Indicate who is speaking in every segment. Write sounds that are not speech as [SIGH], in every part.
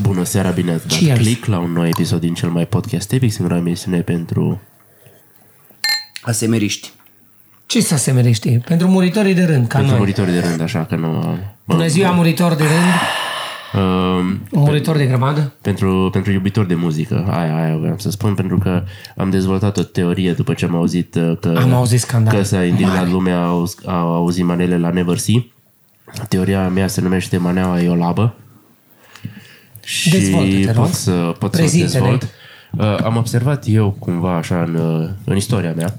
Speaker 1: Bună seara, bine ați dat
Speaker 2: Cheers.
Speaker 1: click la un nou episod din cel mai podcast epic, singura emisiune pentru...
Speaker 3: Asemeriști.
Speaker 2: Ce să asemerește? Pentru muritorii de rând, ca
Speaker 1: Pentru
Speaker 2: noi.
Speaker 1: muritorii de rând, așa că nu...
Speaker 2: Bună ziua, muritor de rând,
Speaker 1: Um,
Speaker 2: muritor de grămadă.
Speaker 1: pentru, pentru iubitori de muzică, aia, aia vreau să spun, pentru că am dezvoltat o teorie după ce am auzit uh, că,
Speaker 2: Am auzit scandal.
Speaker 1: că s-a indignat lumea, au, au auzit manele la Never See. Teoria mea se numește Maneaua e o labă. Și
Speaker 2: Dezvoltă-te, rog.
Speaker 1: pot să, pot să o
Speaker 2: Prezintă-ne.
Speaker 1: dezvolt. Uh, am observat eu cumva așa în, uh, în istoria mea.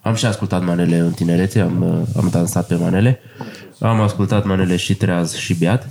Speaker 1: Am și ascultat manele în tinerețe, am, uh, am dansat pe manele. Am ascultat manele și treaz și beat.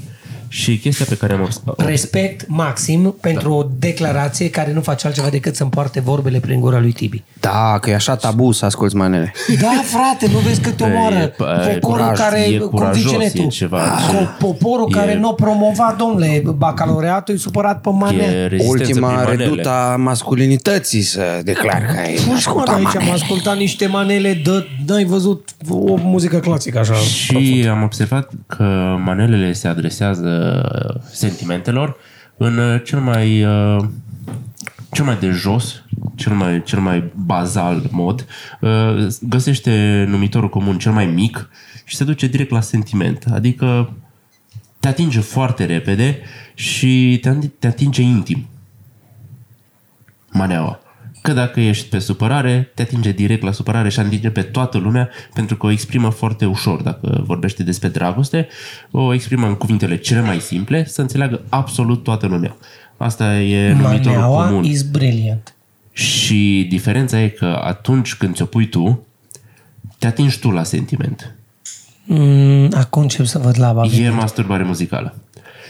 Speaker 1: Și chestia pe care am obs-
Speaker 2: Respect
Speaker 1: Da.
Speaker 2: maxim pentru o declarație care nu face altceva decât să împoarte vorbele prin gura lui Tibi.
Speaker 3: Da, că e așa tabu să asculți manele.
Speaker 2: Da, frate, nu vezi cât
Speaker 1: Păi, E,
Speaker 2: omoară
Speaker 1: e,
Speaker 2: poporul
Speaker 1: curaj,
Speaker 2: care,
Speaker 1: e
Speaker 2: cum
Speaker 1: curajos,
Speaker 2: zice
Speaker 1: e
Speaker 2: tu,
Speaker 1: ceva,
Speaker 2: co- poporul
Speaker 1: e-
Speaker 2: care nu o promova, domnule, bacalaureatul e supărat pe
Speaker 1: E
Speaker 2: mane.
Speaker 1: rezistență prin
Speaker 3: Ultima
Speaker 1: manele.
Speaker 3: redută a masculinității să declar că ai
Speaker 2: Nu știu, mă,
Speaker 3: ascultat
Speaker 2: dar aici am
Speaker 3: manele.
Speaker 2: ascultat niște manele, de, n-ai văzut o muzică clasică așa.
Speaker 1: Și am observat că manelele se adresează sentimentelor în uh, cel mai uh, cel mai de jos, cel mai, cel mai bazal mod, uh, găsește numitorul comun cel mai mic și se duce direct la sentiment. Adică te atinge foarte repede și te, te atinge intim. Maneaua. Că dacă ești pe supărare, te atinge direct la supărare și atinge pe toată lumea pentru că o exprimă foarte ușor. Dacă vorbește despre dragoste, o exprimă în cuvintele cele mai simple să înțeleagă absolut toată lumea. Asta e numitorul
Speaker 2: Maneaua
Speaker 1: comun.
Speaker 2: is brilliant.
Speaker 1: Și diferența e că atunci când ți-o pui tu, te atingi tu la sentiment.
Speaker 2: Mm, acum încep să văd laba. mea.
Speaker 1: E masturbare muzicală.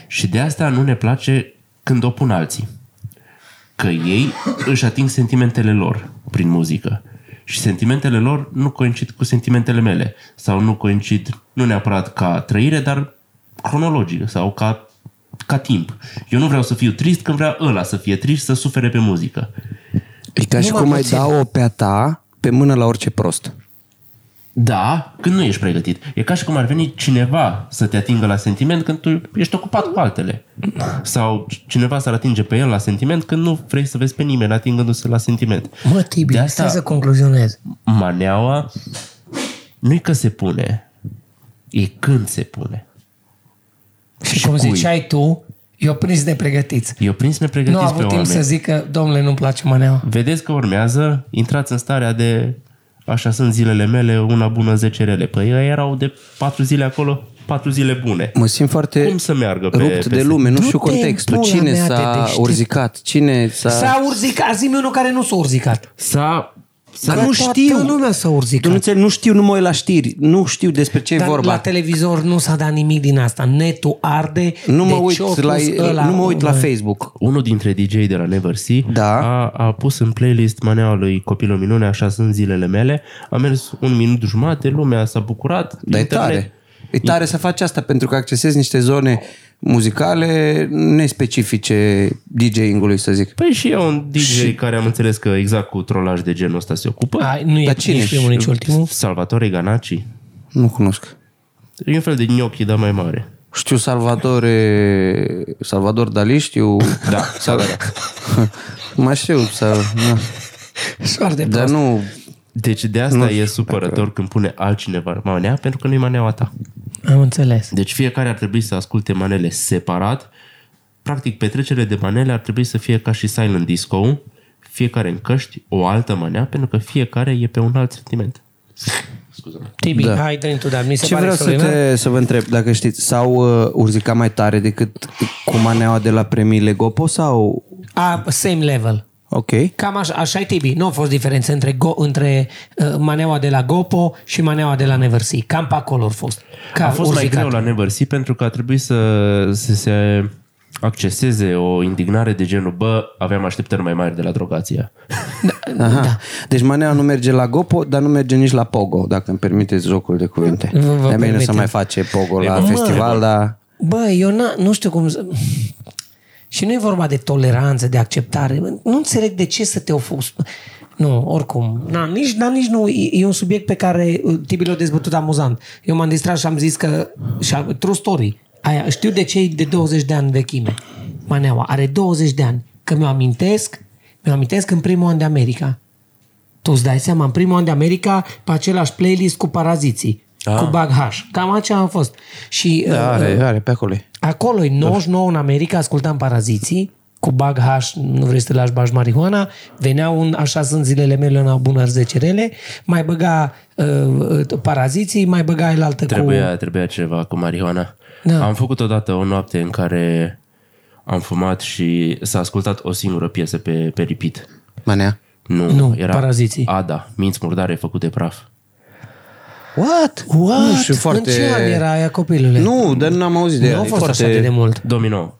Speaker 1: Și de asta nu ne place când o pun alții. Că ei își ating sentimentele lor prin muzică. Și sentimentele lor nu coincid cu sentimentele mele. Sau nu coincid, nu neapărat ca trăire, dar cronologic sau ca, ca timp. Eu nu vreau să fiu trist când vrea ăla să fie trist, să sufere pe muzică.
Speaker 3: E ca și
Speaker 2: Numai
Speaker 3: cum ai
Speaker 2: puțin.
Speaker 3: da o pe-a ta pe mână la orice prost.
Speaker 1: Da, când nu ești pregătit. E ca și cum ar veni cineva să te atingă la sentiment când tu ești ocupat cu altele. Sau cineva s-ar atinge pe el la sentiment când nu vrei să vezi pe nimeni atingându-se la sentiment.
Speaker 2: Mă, Tibi,
Speaker 1: De
Speaker 2: asta...
Speaker 1: asta-
Speaker 2: stai să concluzionez.
Speaker 1: Maneaua nu-i că se pune, e când se pune.
Speaker 2: Și cum
Speaker 1: cui?
Speaker 2: ziceai tu, eu prins nepregătiți.
Speaker 1: Eu prins
Speaker 2: Nu
Speaker 1: nepregătiți
Speaker 2: a
Speaker 1: pe
Speaker 2: avut timp
Speaker 1: oameni.
Speaker 2: să zic că, domnule, nu-mi place maneaua.
Speaker 1: Vedeți că urmează, intrați în starea de așa sunt zilele mele, una bună, zece rele. Păi ei erau de patru zile acolo, patru zile bune.
Speaker 3: Mă simt foarte
Speaker 1: Cum să meargă pe-
Speaker 3: rupt
Speaker 1: pe
Speaker 3: de lume, nu
Speaker 2: Du-te
Speaker 3: știu
Speaker 2: în
Speaker 3: contextul.
Speaker 2: pula
Speaker 3: Cine
Speaker 2: mea, te
Speaker 3: s-a
Speaker 2: deștept.
Speaker 3: urzicat? Cine s-a...
Speaker 2: S-a urzicat, zi unul care nu s-a urzicat.
Speaker 1: S-a, s-a
Speaker 3: nu
Speaker 2: Toată
Speaker 3: știu.
Speaker 2: lumea s-a urzicat.
Speaker 3: Dumnezeu, nu știu, nu mă uit la știri. Nu știu despre ce e
Speaker 2: Dar la
Speaker 3: vorba.
Speaker 2: televizor nu s-a dat nimic din asta. Netul arde.
Speaker 3: Nu mă
Speaker 2: de ce o
Speaker 3: uit
Speaker 2: pus
Speaker 3: la,
Speaker 2: ăla,
Speaker 3: nu mă uit la
Speaker 2: mă?
Speaker 3: Facebook.
Speaker 1: unul dintre DJ de la Never See
Speaker 3: Da.
Speaker 1: a, a pus în playlist maneaua lui Copilul Minune, așa sunt zilele mele. A mers un minut jumate, lumea s-a bucurat.
Speaker 3: Dar e
Speaker 1: internet-
Speaker 3: Păi tare. E tare să faci asta pentru că accesezi niște zone muzicale nespecifice DJ-ului, să zic.
Speaker 1: Păi și e un DJ care am înțeles că exact cu trolaj de genul ăsta se ocupă.
Speaker 2: Ai, nu e
Speaker 3: Dar cine
Speaker 2: nici primul, nici ultimul.
Speaker 1: Salvatore Ganaci.
Speaker 3: Nu cunosc.
Speaker 1: E un fel de gnocchi, dar mai mare.
Speaker 3: Știu Salvatore... Salvador Dali, [LAUGHS] știu...
Speaker 1: Da,
Speaker 3: Sau... Mai știu, sau... Da.
Speaker 2: Soarde
Speaker 3: Dar nu...
Speaker 1: Deci de asta e supărător când pune altcineva manea, pentru că nu e maneaua ta.
Speaker 2: Am înțeles.
Speaker 1: Deci fiecare ar trebui să asculte manele separat. Practic, petrecerile de manele ar trebui să fie ca și silent disco fiecare în căști, o altă manea, pentru că fiecare e pe un alt sentiment.
Speaker 2: Tibi,
Speaker 3: Da.
Speaker 2: hai, dă-i tu, dar mi se
Speaker 3: Ce
Speaker 2: pare
Speaker 3: vreau să,
Speaker 2: extraordinar.
Speaker 3: te, să vă întreb, dacă știți, sau uh, urzica mai tare decât cu maneaua de la premiile Gopo sau...
Speaker 2: A, same level.
Speaker 3: Ok.
Speaker 2: Cam așa, așa e Tibi. Nu au fost diferențe între, go, între uh, maneaua de la Gopo și maneaua de la Neversi. Cam pe acolo au fost. Ca
Speaker 1: A fost
Speaker 2: urzicat.
Speaker 1: mai greu la Never See pentru că a trebuit să, să se acceseze o indignare de genul bă, aveam așteptări mai mari de la drogația.
Speaker 3: Aha. Da. Deci maneaua nu merge la Gopo, dar nu merge nici la Pogo, dacă îmi permiteți jocul de cuvinte.
Speaker 2: Nu vă
Speaker 3: de mine nu se
Speaker 2: permitem.
Speaker 3: mai face Pogo la
Speaker 1: bun.
Speaker 3: festival, dar...
Speaker 2: Bă, eu na, nu știu cum... să- Și nu e vorba de toleranță, de acceptare. Nu înțeleg de ce să te ofus. Nu, oricum. Na, nici, na, nici nu. E, e un subiect pe care uh, Tibi l-a dezbătut amuzant. Eu m-am distrat și am zis că... Și am, true story. Aia, știu de cei de 20 de ani vechime. Maneaua are 20 de ani. Că mi-o amintesc, mi-o amintesc în primul an de America. Tu îți dai seama, în primul an de America, pe același playlist cu Paraziții, ah. cu Baghaș. Cam aceea am fost. Și
Speaker 3: Da,
Speaker 2: uh,
Speaker 3: are, Da. are pe acolo.
Speaker 2: Acolo, în 99 în America, ascultam paraziții cu bag hash, nu vrei să te lași bași marihuana, venea un așa sunt zilele mele în bună zerele, mai băga uh, paraziții, mai băga el altă cu...
Speaker 1: Trebuia, trebuia ceva cu marihuana.
Speaker 2: Da.
Speaker 1: Da. Am făcut odată o noapte în care am fumat și s-a ascultat o singură piesă pe, pe repeat.
Speaker 3: Manea.
Speaker 1: Nu,
Speaker 2: Nu,
Speaker 1: era
Speaker 2: Paraziții.
Speaker 1: Ada, minți murdare făcute praf.
Speaker 3: What?
Speaker 2: What?
Speaker 3: Nu știu, foarte...
Speaker 2: În ce an era aia copilule?
Speaker 3: Nu, dar n-am auzit de
Speaker 2: nu
Speaker 3: ea.
Speaker 2: a
Speaker 3: E
Speaker 2: fost
Speaker 3: foarte...
Speaker 2: așa de mult.
Speaker 1: 2009.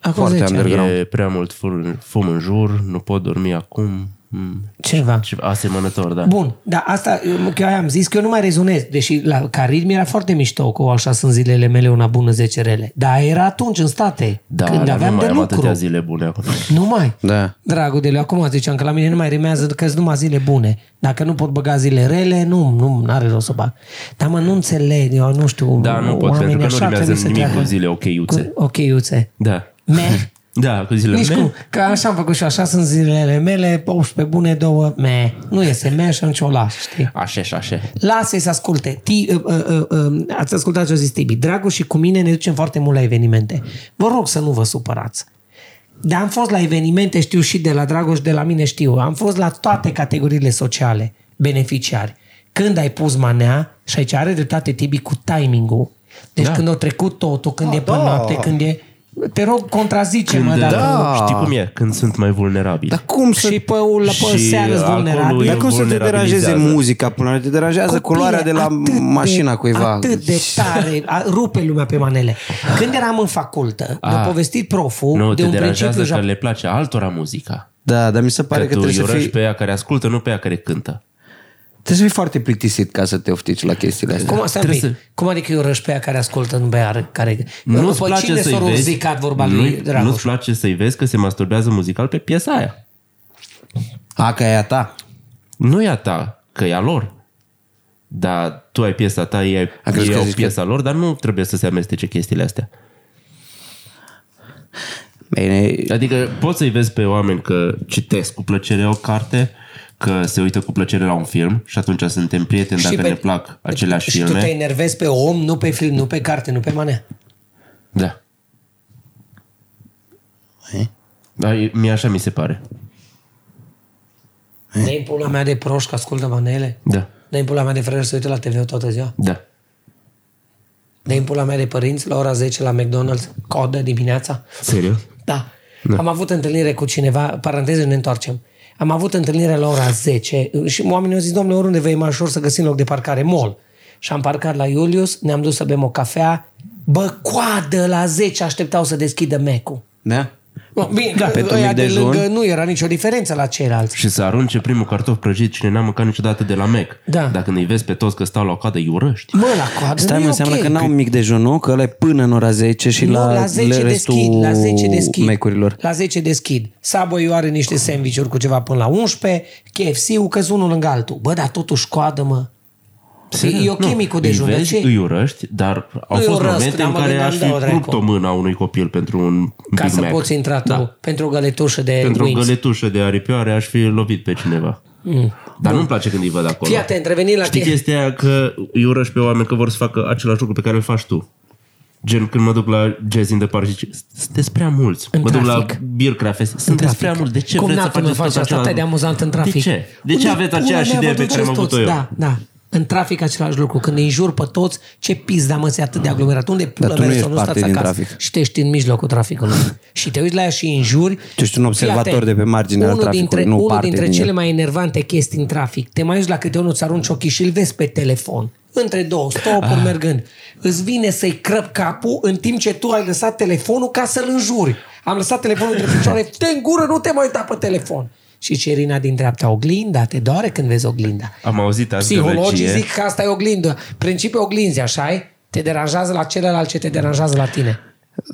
Speaker 2: Acum
Speaker 3: foarte
Speaker 2: 10 ani.
Speaker 3: under- Underground.
Speaker 1: E prea mult fum, fum în jur, nu pot dormi acum. Mm.
Speaker 2: Ceva.
Speaker 1: Ceva Asemănător, da.
Speaker 2: Bun, dar asta, eu- că aia am zis că eu nu mai rezonez, deși la, ca ritm era foarte mișto cu așa sunt zilele mele una bună zecerele. Dar era atunci în state,
Speaker 1: Da,
Speaker 2: când
Speaker 1: dar
Speaker 2: aveam
Speaker 1: nu mai
Speaker 2: de
Speaker 1: am
Speaker 2: lucru.
Speaker 1: atâtea zile bune acum.
Speaker 2: Nu mai.
Speaker 3: Da.
Speaker 2: Dragul de leu, acum ziceam că la mine nu mai rimează că sunt numai zile bune. Dacă nu pot băga zile rele, nu, nu, are rost să bag. Dar mă, nu înțeleg, eu nu știu.
Speaker 1: Da, nu pot,
Speaker 2: oamenii
Speaker 1: pentru că nu
Speaker 2: așa
Speaker 1: rimează
Speaker 2: trebuie să
Speaker 1: nimic
Speaker 2: treacă.
Speaker 1: cu zile ocheiuțe.
Speaker 2: Cu ochiuțe.
Speaker 1: Da.
Speaker 2: Meh.
Speaker 1: [LAUGHS] Da, cu zile
Speaker 2: Nici
Speaker 1: mele.
Speaker 2: cum, că așa am făcut și eu, așa sunt zilele mele, 18 bune, două, meh. Nu iese meh și atunci o las, știi?
Speaker 1: Așa și așa.
Speaker 2: Lasă-i să asculte. Ti, uh, uh, uh, uh, ați ascultat ce a zis Tibi. Dragul și cu mine ne ducem foarte mult la evenimente. Vă rog să nu vă supărați. Dar am fost la evenimente, știu și de la Dragoș, de la mine știu. Am fost la toate categoriile sociale, beneficiari. Când ai pus manea, și aici are dreptate Tibi cu timingul. Deci da. când au trecut totul, când e pe da. noapte, când e... Te rog, contrazice-mă, dacă...
Speaker 1: da. Știi cum e? Când sunt mai vulnerabil.
Speaker 3: Dar cum să...
Speaker 2: Și pe, la, pe
Speaker 1: Și
Speaker 2: seară
Speaker 1: alcoolul
Speaker 2: vulnerabil.
Speaker 1: e
Speaker 3: Dar cum să te
Speaker 1: vulnerabilizează.
Speaker 3: deranjeze muzica până la urmă? Te
Speaker 2: Copile,
Speaker 3: deranjează culoarea de la
Speaker 2: atât de-
Speaker 3: mașina cuiva.
Speaker 2: Atât de tare, a, rupe lumea pe manele. Când eram în facultă, ne-a
Speaker 1: Ah.
Speaker 2: povestit proful
Speaker 1: Nu,
Speaker 2: de
Speaker 1: te
Speaker 2: un principiu
Speaker 1: deranjează că
Speaker 2: jap-
Speaker 1: le place altora muzica.
Speaker 3: Da, dar mi se pare
Speaker 1: Că,
Speaker 3: că,
Speaker 1: tu îi
Speaker 3: trebuie, să
Speaker 1: urăști
Speaker 3: fii,
Speaker 1: pe ea care ascultă, nu pe ea care cântă.
Speaker 3: trebuie să fii foarte plictisit ca să te oftici la chestiile astea.
Speaker 2: Cum, stai un pic.
Speaker 1: Trebuie
Speaker 2: Cum adică eu răși pe aia care ascultă, nu pe aia care...
Speaker 1: Nu-ți
Speaker 2: Pe
Speaker 1: place
Speaker 2: cine
Speaker 1: să-i
Speaker 2: s-a
Speaker 1: vezi,
Speaker 2: zicat vorba lui
Speaker 1: nu-i-
Speaker 2: Dragoș?
Speaker 1: nu-ți place să-i vezi că se masturbează muzical pe piesa aia.
Speaker 3: A, că e a ta.
Speaker 1: Nu e a ta, că e a lor. Dar tu ai piesa ta, ei, ai,
Speaker 3: A crezut
Speaker 1: ei
Speaker 3: că
Speaker 1: au
Speaker 3: zici că-
Speaker 1: piesa lor, dar nu trebuie să se amestece chestiile astea.
Speaker 3: Bine,
Speaker 2: Da.
Speaker 1: Adică poți să-i vezi pe oameni că citesc cu plăcere o carte, că se uită cu plăcere la un film și atunci suntem prieteni
Speaker 2: Și
Speaker 1: dacă
Speaker 2: pe-
Speaker 1: ne plac aceleași
Speaker 2: Și tu te
Speaker 1: filme.
Speaker 2: enervezi pe om, nu pe film, nu pe carte, nu pe manea.
Speaker 1: Da.
Speaker 2: Eh?
Speaker 1: Da, e- mie așa mi se pare.
Speaker 3: Eh.
Speaker 2: Dă-i în pula mea de proști că ascultă manele.
Speaker 1: Da.
Speaker 2: Dă-i în pula mea de frere să se uită la TV toată ziua.
Speaker 1: Da.
Speaker 2: Dă-i în pula mea de părinți la ora 10 la McDonald's, codă dimineața.
Speaker 1: Serios?
Speaker 2: Da. da. Am avut întâlnire cu cineva, paranteze, ne întoarcem. Am avut întâlnire la ora 10 și oamenii au zis, domnule, oriunde vei mai ușor să găsim loc de parcare, mall. Și am parcat la Iulius, ne-am dus să bem o cafea, bă, coadă la 10 așteptau să deschidă mecul.
Speaker 3: da?
Speaker 2: Bă, Bine, da,
Speaker 3: Pentru
Speaker 2: ăia
Speaker 3: mic
Speaker 2: de
Speaker 3: dejun?
Speaker 2: lângă nu era nicio diferență la ceilalți.
Speaker 1: Și să arunce primul cartof prăjit cine n-a mâncat niciodată de la Mac.
Speaker 2: Da.
Speaker 1: Dacă nu-i vezi pe toți că stau la o coadă, îi urăști.
Speaker 2: Mă, la coadă
Speaker 3: Stai,
Speaker 2: nu
Speaker 3: mă,
Speaker 2: e
Speaker 3: înseamnă
Speaker 2: ok.
Speaker 3: că n-au mic dejun, nu? Că ăla e până în ora 10 și
Speaker 2: Nu,
Speaker 3: la,
Speaker 2: la 10
Speaker 3: le- restul
Speaker 2: deschid, la 10 deschid.
Speaker 3: mecurilor.
Speaker 2: La 10 deschid. Subway are niște sandvișuri cu ceva până la 11, KFC-ul căz unul lângă altul. Bă, dar totuși coadă, mă. Păi, E, e ok
Speaker 1: Nu,
Speaker 2: micul
Speaker 1: îi
Speaker 2: dejun, dar
Speaker 1: vezi,
Speaker 2: ce?
Speaker 1: Îi urăști, dar au
Speaker 2: Îi
Speaker 1: fost
Speaker 2: urăsc,
Speaker 1: momente
Speaker 2: dar
Speaker 1: în
Speaker 2: mă
Speaker 1: care
Speaker 2: gândeam,
Speaker 1: aș
Speaker 2: da, o
Speaker 1: fi
Speaker 2: dracu.
Speaker 1: rupt o mână a unui copil pentru un
Speaker 2: Ca
Speaker 1: Big
Speaker 2: să
Speaker 1: Mac.
Speaker 2: poți intra tu
Speaker 1: Da.
Speaker 2: pentru o găletușă de
Speaker 1: Pentru o
Speaker 2: wings.
Speaker 1: găletușă de aripioare aș fi lovit pe cineva. Mm. Dar nu-mi place când îi văd acolo.
Speaker 2: Fii atent, revenind la
Speaker 1: Știi
Speaker 2: tine.
Speaker 1: chestia aia că îi urăști pe oameni că vor să facă același lucru pe care îl faci tu. Gen când mă duc la Jazz in the Park și zice, sunteți prea mulți.
Speaker 2: În
Speaker 1: mă duc
Speaker 2: trafic.
Speaker 1: la Beer Craft, sunteți
Speaker 2: trafic.
Speaker 1: prea mulți. De ce
Speaker 2: Cum
Speaker 1: vreți să
Speaker 2: n-ar putea
Speaker 1: faceți
Speaker 2: face
Speaker 1: tot același
Speaker 2: asta? Atât de
Speaker 1: lucru?"
Speaker 2: amuzant în trafic.
Speaker 1: De ce? De ce
Speaker 2: Unde
Speaker 1: aveți
Speaker 2: pula
Speaker 1: aceeași
Speaker 2: mea
Speaker 1: idee
Speaker 2: vă
Speaker 1: pe care am
Speaker 2: duceți
Speaker 1: avut-o
Speaker 2: toți?
Speaker 1: eu?
Speaker 2: Da, da. În trafic același lucru. Când îi jur pe toți, ce pizda mă, se atât de aglomerat. Unde pula
Speaker 3: tu nu
Speaker 2: mea să
Speaker 3: ești
Speaker 2: nu
Speaker 3: parte
Speaker 2: stați
Speaker 3: din
Speaker 2: acasă?
Speaker 3: trafic.
Speaker 2: Și te ești în mijlocul traficului. și te uiți la ea și îi înjuri.
Speaker 3: Tu ești un
Speaker 2: Fii
Speaker 3: observator
Speaker 2: atent.
Speaker 3: de pe marginea
Speaker 2: unul
Speaker 3: traficului,
Speaker 2: dintre,
Speaker 3: nu
Speaker 2: Unul
Speaker 3: parte
Speaker 2: dintre
Speaker 3: din
Speaker 2: cele
Speaker 3: el.
Speaker 2: mai enervante chestii în trafic. Te mai uiți la câte unul îți arunci ochii și îl vezi pe telefon. Între două stopuri ah. mergând. Îți vine să-i crăp capul în timp ce tu ai lăsat telefonul ca să-l înjuri. Am lăsat telefonul între picioare. Te în gură, nu te mai uita pe telefon. Și cerina din dreapta oglinda, te doare când vezi oglinda.
Speaker 1: Am auzit azi
Speaker 2: Psihologii
Speaker 1: gălăgie.
Speaker 2: zic că asta e oglindă. Principiul oglinzii, așa e? Te deranjează la celălalt ce te deranjează la tine.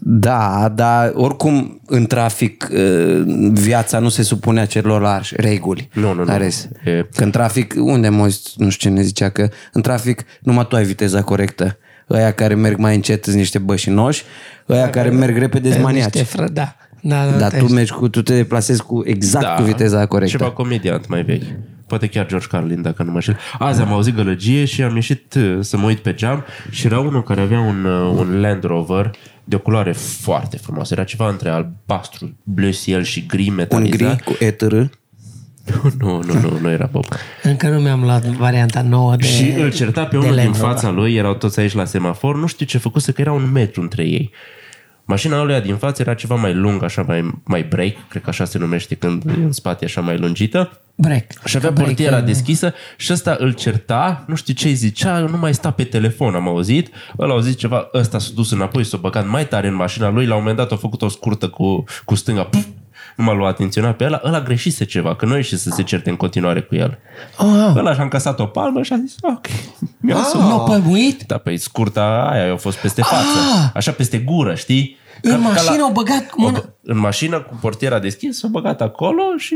Speaker 3: Da, dar oricum în trafic eh, viața nu se supune acelorlalți reguli.
Speaker 1: Nu, nu, nu.
Speaker 3: Ares.
Speaker 1: E-
Speaker 3: Că în trafic, unde mă, nu știu ce ne zicea, că în trafic numai tu ai viteza corectă. Ăia care merg mai încet sunt niște bășinoși,
Speaker 1: Da,
Speaker 3: ăia care merg repede sunt maniaci.
Speaker 2: Niște fră, da. Da, da,
Speaker 3: Dar
Speaker 2: te-
Speaker 3: tu, mergi cu, tu te deplasezi cu exact da. cu viteza corectă.
Speaker 1: Ceva comediant mai vechi. Poate chiar George Carlin, dacă nu mă știu. Azi am auzit gălăgie și am ieșit uh, să mă uit pe geam și era unul care avea un, uh, un Land Rover de o culoare foarte frumoasă. Era ceva între albastru, blesiel și gri
Speaker 3: Un
Speaker 1: metalizat.
Speaker 3: gri cu ETR.
Speaker 1: [LAUGHS] Nu, nu, nu, nu era pop.
Speaker 2: Încă nu mi-am luat varianta nouă de...
Speaker 1: Și îl certa pe
Speaker 2: de
Speaker 1: unul din
Speaker 2: Land Rover.
Speaker 1: fața lui, erau toți aici la semafor, nu știu ce făcuse, că era un metru între ei. Mașina lui din față era ceva mai lungă, așa mai, mai break, cred că așa se numește când e în spate, e așa mai lungită.
Speaker 2: Break.
Speaker 1: Și avea
Speaker 2: Break,
Speaker 1: portiera
Speaker 2: da.
Speaker 1: deschisă și ăsta îl certa, nu știu ce îi zicea, nu mai sta pe telefon, am auzit. Ăla au zis ceva, ăsta s-a dus înapoi, s-a băgat mai tare în mașina lui, la un moment dat a făcut o scurtă cu, cu stânga, puf, nu m-a luat atenționat pe ăla, ăla greșise ceva, că noi și să se certe în continuare cu el.
Speaker 2: Ah,
Speaker 1: Ăla și-a încasat o palmă și a zis, ok, mi-a
Speaker 2: ah,
Speaker 1: ah.
Speaker 2: nu pămuit?
Speaker 1: Da, păi scurta aia, eu fost peste față,
Speaker 2: Ah!
Speaker 1: așa peste gură, știi?
Speaker 2: În mașină au băgat mâna...
Speaker 1: o- în mașină cu portiera deschisă, s-a băgat acolo și...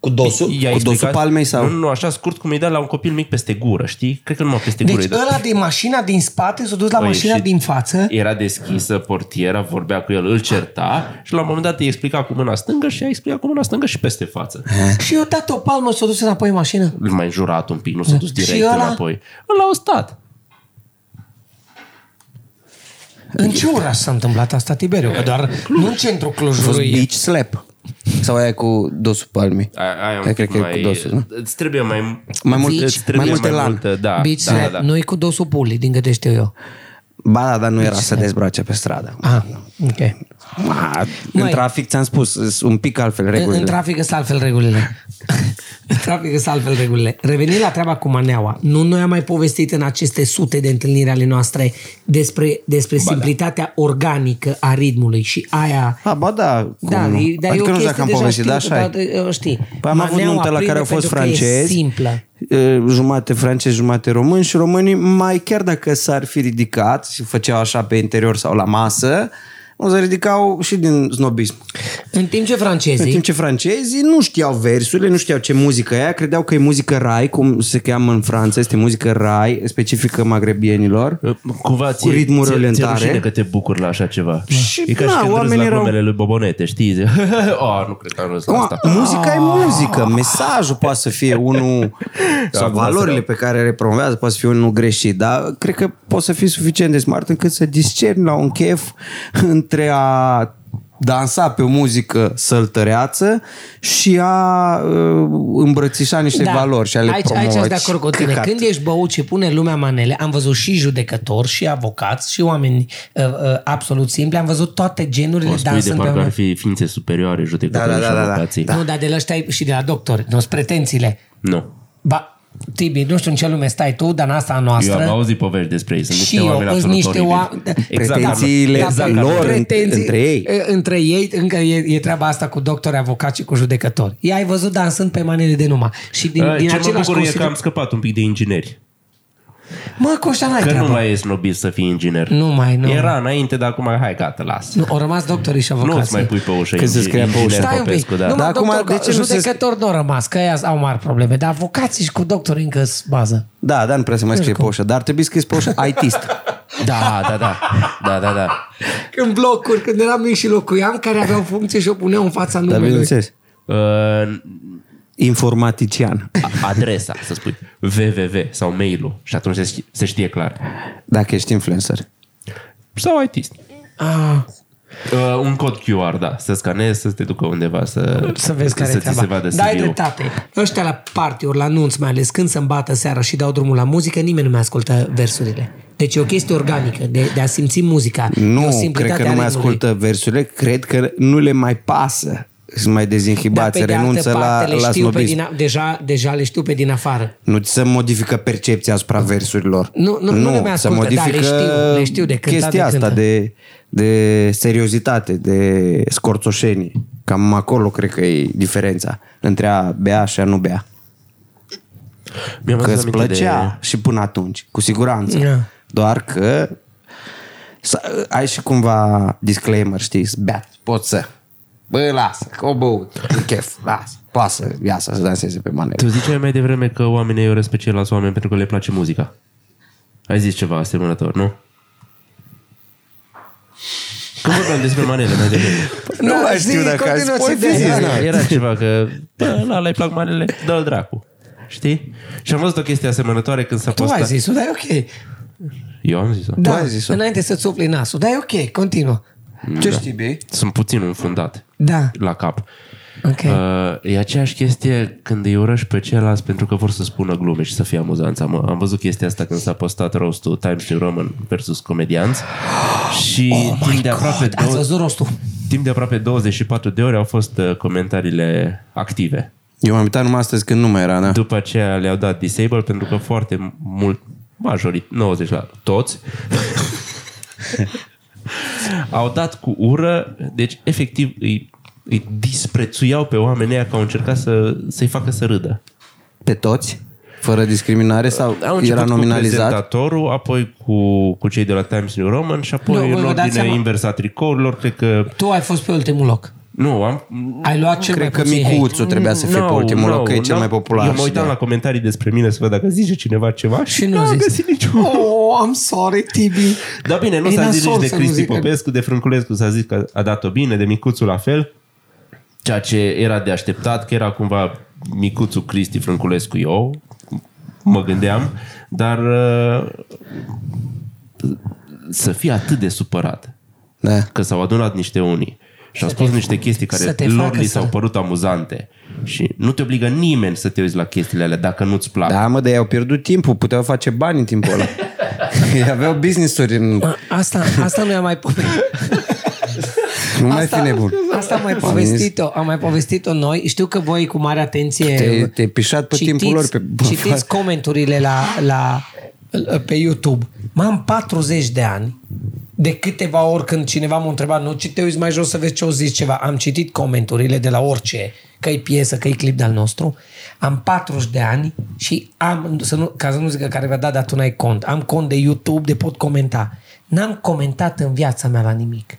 Speaker 4: Cu dosul?
Speaker 1: i-a
Speaker 3: Cu dosul
Speaker 1: explicat-
Speaker 3: palmei sau?
Speaker 1: Nu, nu, așa scurt cum îi dea la un copil mic peste gură, știi? Cred că numai peste gură
Speaker 2: Deci
Speaker 1: îi dă.
Speaker 2: ăla de mașina din spate s-a dus la
Speaker 1: Băi,
Speaker 2: mașina
Speaker 1: Păi, și-
Speaker 2: din față.
Speaker 1: Era deschisă portiera, vorbea cu el, îl certa și la un moment dat îi explica cu mâna stângă și a explicat cu mâna stângă și peste față.
Speaker 2: Și eu dat o palmă și s-a dus înapoi în mașină.
Speaker 1: Îl mai jurat un pic, nu s-a dus
Speaker 2: Și
Speaker 1: direct
Speaker 2: ăla?
Speaker 1: înapoi. Ăla a stat.
Speaker 2: În ce oraș s-a întâmplat asta, Tiberiu? Că doar nu în centrul
Speaker 3: A fost
Speaker 2: Clujului.
Speaker 3: beach slap. Sau aia cu dosul palmii.
Speaker 1: Aia, aia un pic
Speaker 3: Aia cred că e
Speaker 1: mai,
Speaker 3: cu dosul, nu?
Speaker 1: Îți trebuie mai,
Speaker 3: Mai
Speaker 1: îți
Speaker 3: mult- mai
Speaker 1: trebuie
Speaker 3: mult elan.
Speaker 1: multă- da,
Speaker 2: Beach
Speaker 1: da, da,
Speaker 2: slap.
Speaker 1: da.
Speaker 2: Noi cu dosul pulii, din câte știu eu.
Speaker 3: Ba da, dar nu era să dezbrace pe stradă.
Speaker 2: Ah, ok.
Speaker 3: Ma, în
Speaker 2: Mai-
Speaker 3: trafic ți-am spus, sunt un pic altfel
Speaker 2: În, în
Speaker 3: regulile.
Speaker 2: trafic sunt altfel
Speaker 3: [LAUGHS]
Speaker 2: regulile. în trafic sunt altfel regulile. Revenind la treaba cu maneaua, nu noi am mai povestit în aceste sute de întâlniri ale noastre despre, despre
Speaker 3: da.
Speaker 2: simplitatea organică a ritmului și aia...
Speaker 3: A, ba da, cum
Speaker 2: Da,
Speaker 3: nu?
Speaker 2: e- dar
Speaker 3: adică
Speaker 2: e o
Speaker 3: nu știu dacă am
Speaker 2: chestie
Speaker 3: povestit,
Speaker 2: deja
Speaker 3: dar
Speaker 2: știută,
Speaker 3: așa e.
Speaker 2: dar, e, știi,
Speaker 3: Păi am avut
Speaker 2: maneaua
Speaker 3: nuntă la
Speaker 2: prinde
Speaker 3: care au fost
Speaker 2: pentru că e
Speaker 3: francezi,
Speaker 2: simplă.
Speaker 3: e, jumate francezi, jumate români și românii, mai chiar dacă s-ar fi ridicat și făceau așa pe interior sau la masă, o să ridicau și din snobism.
Speaker 2: În timp ce
Speaker 3: În
Speaker 2: francezii...
Speaker 3: timp ce francezii nu știau versurile, nu știau ce muzică e aia, credeau că e muzică rai, cum se cheamă în Franța, este muzică rai, specifică magrebienilor.
Speaker 1: Cumva ți,
Speaker 3: ritmuri
Speaker 1: ți, ți
Speaker 3: orientare.
Speaker 1: rușine că te bucuri la așa ceva.
Speaker 3: Și,
Speaker 1: e ca și
Speaker 3: na,
Speaker 1: când râzi
Speaker 3: oamenii
Speaker 1: la
Speaker 3: erau-
Speaker 1: glumele lui Bobonete, știi? [LAUGHS] Zice, oh, nu cred că am râs la asta.
Speaker 3: Acum, muzica e muzică, mesajul poate să fie unul, sau valorile pe care le promovează poate să fie unul greșit, dar cred că poți să fii suficient de smart încât să discerni la un chef [LAUGHS] între a dansa pe o muzică săltăreață și a uh, îmbrățișa niște valori și a le
Speaker 2: Da. aici,
Speaker 3: promova.
Speaker 2: aici sunt de acord cu tine.
Speaker 3: Căcat.
Speaker 2: Când ești băut și pune lumea manele, am văzut și judecători, și avocați, și oameni uh, uh, absolut simpli, am văzut toate genurile
Speaker 1: O spui de
Speaker 2: dansând
Speaker 1: parcă
Speaker 2: pe
Speaker 1: ar fi ființe superioare, judecători
Speaker 3: Da, da,
Speaker 1: și
Speaker 3: da, da, da.
Speaker 1: avocații.
Speaker 2: da. Nu, dar de la ăștia și de la doctori, nu sunt pretențiile.
Speaker 1: Nu.
Speaker 2: Ba, Tibi, nu știu în ce lume stai tu, dar în asta a
Speaker 1: Eu am
Speaker 2: noastră...
Speaker 1: auzit povești despre ei. Sunt
Speaker 2: Și
Speaker 1: niște
Speaker 2: eu,
Speaker 1: oameni
Speaker 2: sunt
Speaker 1: absolut
Speaker 2: niște Da,
Speaker 1: oribili.
Speaker 2: oameni- [LAUGHS]
Speaker 1: Exact,
Speaker 3: Pretențiile
Speaker 1: Carmen. exact,
Speaker 3: lor
Speaker 1: Carmen.
Speaker 3: în- între ei.
Speaker 2: e, uh, Între ei, încă e, e treaba asta cu doctori, avocați și cu judecători. Ea ai văzut dansând pe manele de numai. Și din,
Speaker 1: Ah,
Speaker 2: din
Speaker 1: Ce mă
Speaker 2: același
Speaker 1: bucur e
Speaker 2: consider...
Speaker 1: că am scăpat un pic de ingineri.
Speaker 2: Mă, cu ăștia n-ai
Speaker 1: Că nu
Speaker 2: treabă.
Speaker 1: mai e snobist să fii inginer.
Speaker 2: Nu mai, nu.
Speaker 1: Era înainte, dar acum hai, gata, las.
Speaker 2: Nu, au rămas doctorii și
Speaker 1: Nu
Speaker 2: avocații.
Speaker 1: îți mai pui pe ușă
Speaker 3: Când se
Speaker 1: ingi-
Speaker 3: scria pe
Speaker 1: inginer
Speaker 3: ușă.
Speaker 2: Stai un pic.
Speaker 1: Popescu, da.
Speaker 2: Nu,
Speaker 3: Dar
Speaker 2: acum,
Speaker 3: acum,
Speaker 2: doctor,
Speaker 3: de ce nu se-
Speaker 2: judecători nu au rămas, că aia au mari probleme, dar avocații și cu doctorii încă sunt bază.
Speaker 3: Da, dar nu prea se mai scrie pe ușă, dar ar trebui scris pe ușă ITist.
Speaker 1: Da, da, da. Da, da, da.
Speaker 2: În blocuri, când eram mic și locuiam, care aveau funcție și o puneau în fața
Speaker 3: Dar
Speaker 2: numelui.
Speaker 3: bineînțeles.
Speaker 1: Uh,
Speaker 3: Informatician.
Speaker 1: a- adresa, să spui, www sau mail-ul și atunci se, ști- se știe clar.
Speaker 3: Dacă ești influencer.
Speaker 1: Sau ITist.
Speaker 2: Ah,
Speaker 1: Uh, un cod QR, da, să scanezi, să te ducă undeva să,
Speaker 2: să vezi care
Speaker 1: să
Speaker 2: e
Speaker 1: ți se
Speaker 2: treaba.
Speaker 1: vadă
Speaker 2: Da, ai
Speaker 1: CV-ul.
Speaker 2: dreptate. Ăștia la partiuri, la anunț, mai ales când se îmbată seara și dau drumul la muzică, nimeni nu mai ascultă versurile. Deci e o chestie organică de, de a simți muzica. e o
Speaker 3: Nu, cred
Speaker 2: simplitate
Speaker 3: că
Speaker 2: a
Speaker 3: nu mai
Speaker 2: ritmului.
Speaker 3: ascultă versurile, cred că nu le mai pasă. Sunt mai
Speaker 2: Dar
Speaker 3: dezinhibați,
Speaker 2: pe de altă
Speaker 3: renunță la,
Speaker 2: parte
Speaker 3: la
Speaker 2: le știu pe
Speaker 3: snobism.
Speaker 2: din, a- deja, deja le știu pe din afară.
Speaker 3: Nu ți se modifică percepția asupra versurilor.
Speaker 2: Nu, nu, nu le mai
Speaker 3: se
Speaker 2: ascultă, da,
Speaker 3: modifică
Speaker 2: le știu, le știu de cântat,
Speaker 3: chestia
Speaker 2: de
Speaker 3: asta
Speaker 2: cântat.
Speaker 3: de, de seriozitate, de scorțoșenie. Cam acolo cred că e diferența între a bea și a nu bea.
Speaker 1: Mi-am
Speaker 3: că
Speaker 1: adus
Speaker 3: îți
Speaker 1: aminte
Speaker 3: plăcea și până atunci, cu siguranță.
Speaker 2: Da.
Speaker 3: Doar că să- ai și cumva disclaimer, știi, să bea, poți să. Bă, lasă, că o băut, e chef, lasă, poate să iasă să danseze pe manele.
Speaker 1: Tu ziceai mai devreme că oamenii îi urăsc pe ceilalți oameni pentru că le place muzica. Ai zis ceva asemănător, nu? Că vorbeam despre manele mai [LAUGHS] devreme.
Speaker 3: Păi Nu
Speaker 2: Da,
Speaker 3: mai
Speaker 2: zi,
Speaker 3: știu dacă ați
Speaker 2: continuă
Speaker 3: spus
Speaker 2: ideea.
Speaker 3: fi zis,
Speaker 1: Era-
Speaker 3: na.
Speaker 1: Era ceva că bă, la ăla-i plac manele, dă-l dracu. Știi? Și am văzut o chestie asemănătoare când s-a
Speaker 2: Tu ai
Speaker 1: postat.
Speaker 2: zis-o,
Speaker 3: da,
Speaker 2: dar e ok.
Speaker 1: Eu am zis-o.
Speaker 2: Da,
Speaker 3: ai zis-o.
Speaker 2: înainte să-ți umfli nasul, dar e ok, continuă.
Speaker 3: Ce știi, Bey?
Speaker 1: Sunt puțin înfundat
Speaker 2: Da,
Speaker 1: la cap.
Speaker 2: ok. Uh,
Speaker 1: Uh, e aceeași chestie când îi urăși pe ceilalți pentru că vor să spună glume și să fie amuzanți. Am, am văzut chestia asta când s-a postat roastul Times New Roman versus comedianți [GASPS] și oh timp, de aproape
Speaker 2: Ați
Speaker 1: dou-
Speaker 2: văzut rostul?
Speaker 1: timp de aproape 24 de ore au fost uh, comentariile active.
Speaker 3: Eu m-am uitat numai astăzi când nu mai era, da?
Speaker 1: După aceea le-au dat disable pentru că foarte mult, majorit, 90 la toți,
Speaker 3: [LAUGHS]
Speaker 1: au dat cu ură, deci efectiv îi, îi disprețuiau pe oamenii ăia că au încercat să, să-i facă să râdă.
Speaker 3: Pe toți? Fără discriminare sau
Speaker 1: Au început
Speaker 3: era
Speaker 1: cu
Speaker 3: nominalizat?
Speaker 1: prezentatorul, apoi cu, cu cei de la Times New Roman și apoi
Speaker 2: Nu,
Speaker 1: nu,
Speaker 2: voi
Speaker 1: în
Speaker 2: vă dați
Speaker 1: ordine
Speaker 2: seama-
Speaker 1: inversă a tricourilor, cred că...
Speaker 2: Tu ai fost pe ultimul loc.
Speaker 1: Nu, am...
Speaker 2: Ai luat cel
Speaker 3: Cred
Speaker 2: mai
Speaker 3: că
Speaker 2: puțin hate.
Speaker 3: micuțul trebuia să fie
Speaker 1: No,
Speaker 3: pe ultimul
Speaker 1: no,
Speaker 3: loc, că e cel
Speaker 1: no.
Speaker 3: mai
Speaker 1: Eu
Speaker 3: popular.
Speaker 1: mă uitam
Speaker 3: da.
Speaker 1: la comentarii despre mine să văd dacă zice cineva ceva și,
Speaker 2: Și nu
Speaker 1: nu am
Speaker 2: zice.
Speaker 1: găsit niciun.
Speaker 2: Oh, I'm sorry, Tibi.
Speaker 1: Dar Da, bine, nu
Speaker 2: E
Speaker 1: s-a zis
Speaker 2: nasol
Speaker 1: nici de
Speaker 2: să nu
Speaker 1: Cristi
Speaker 2: zică.
Speaker 1: Popescu, de Frânculescu s-a zis că a dat-o bine, de Micuțul la fel, ceea ce era de așteptat, că era cumva Micuțul Cristi Frânculescu eu, mă gândeam, dar uh, să fie atât de supărat
Speaker 3: Da.
Speaker 1: că s-au adunat niște unii și au
Speaker 2: Să
Speaker 1: spus
Speaker 2: te-
Speaker 1: niște chestii
Speaker 2: să
Speaker 1: care
Speaker 2: te
Speaker 1: lor
Speaker 2: facă
Speaker 1: li
Speaker 2: să-
Speaker 1: s-au părut amuzante și nu te obligă nimeni să te uiți la chestiile alea dacă nu-ți plac.
Speaker 3: Da, mă, dar i-au pierdut timpul, puteau face bani în timpul [LAUGHS] ăla. Ei aveau business-uri, în...
Speaker 2: A- Asta, asta nu i-am mai povestit.
Speaker 3: nu mai
Speaker 2: Asta,
Speaker 3: fi nebun.
Speaker 2: asta am mai
Speaker 3: Am
Speaker 2: povestit-o, am mai povestit-o noi. Știu că voi cu mare atenție
Speaker 3: Te- te-ai pișat pe timpul lor pe-
Speaker 2: citiți comenturile la, la, pe YouTube. M-am 40 de ani de câteva ori când cineva m-a întrebat nu, ce te uiți mai jos să vezi ce o zici ceva. Am citit comenturile de la orice, că e piesă, că e clip de-al nostru. Am 40 de ani și am, să nu, ca să nu zic că care v-a dat, dar tu n-ai cont. Am cont de YouTube, de pot comenta. N-am comentat în viața mea la nimic.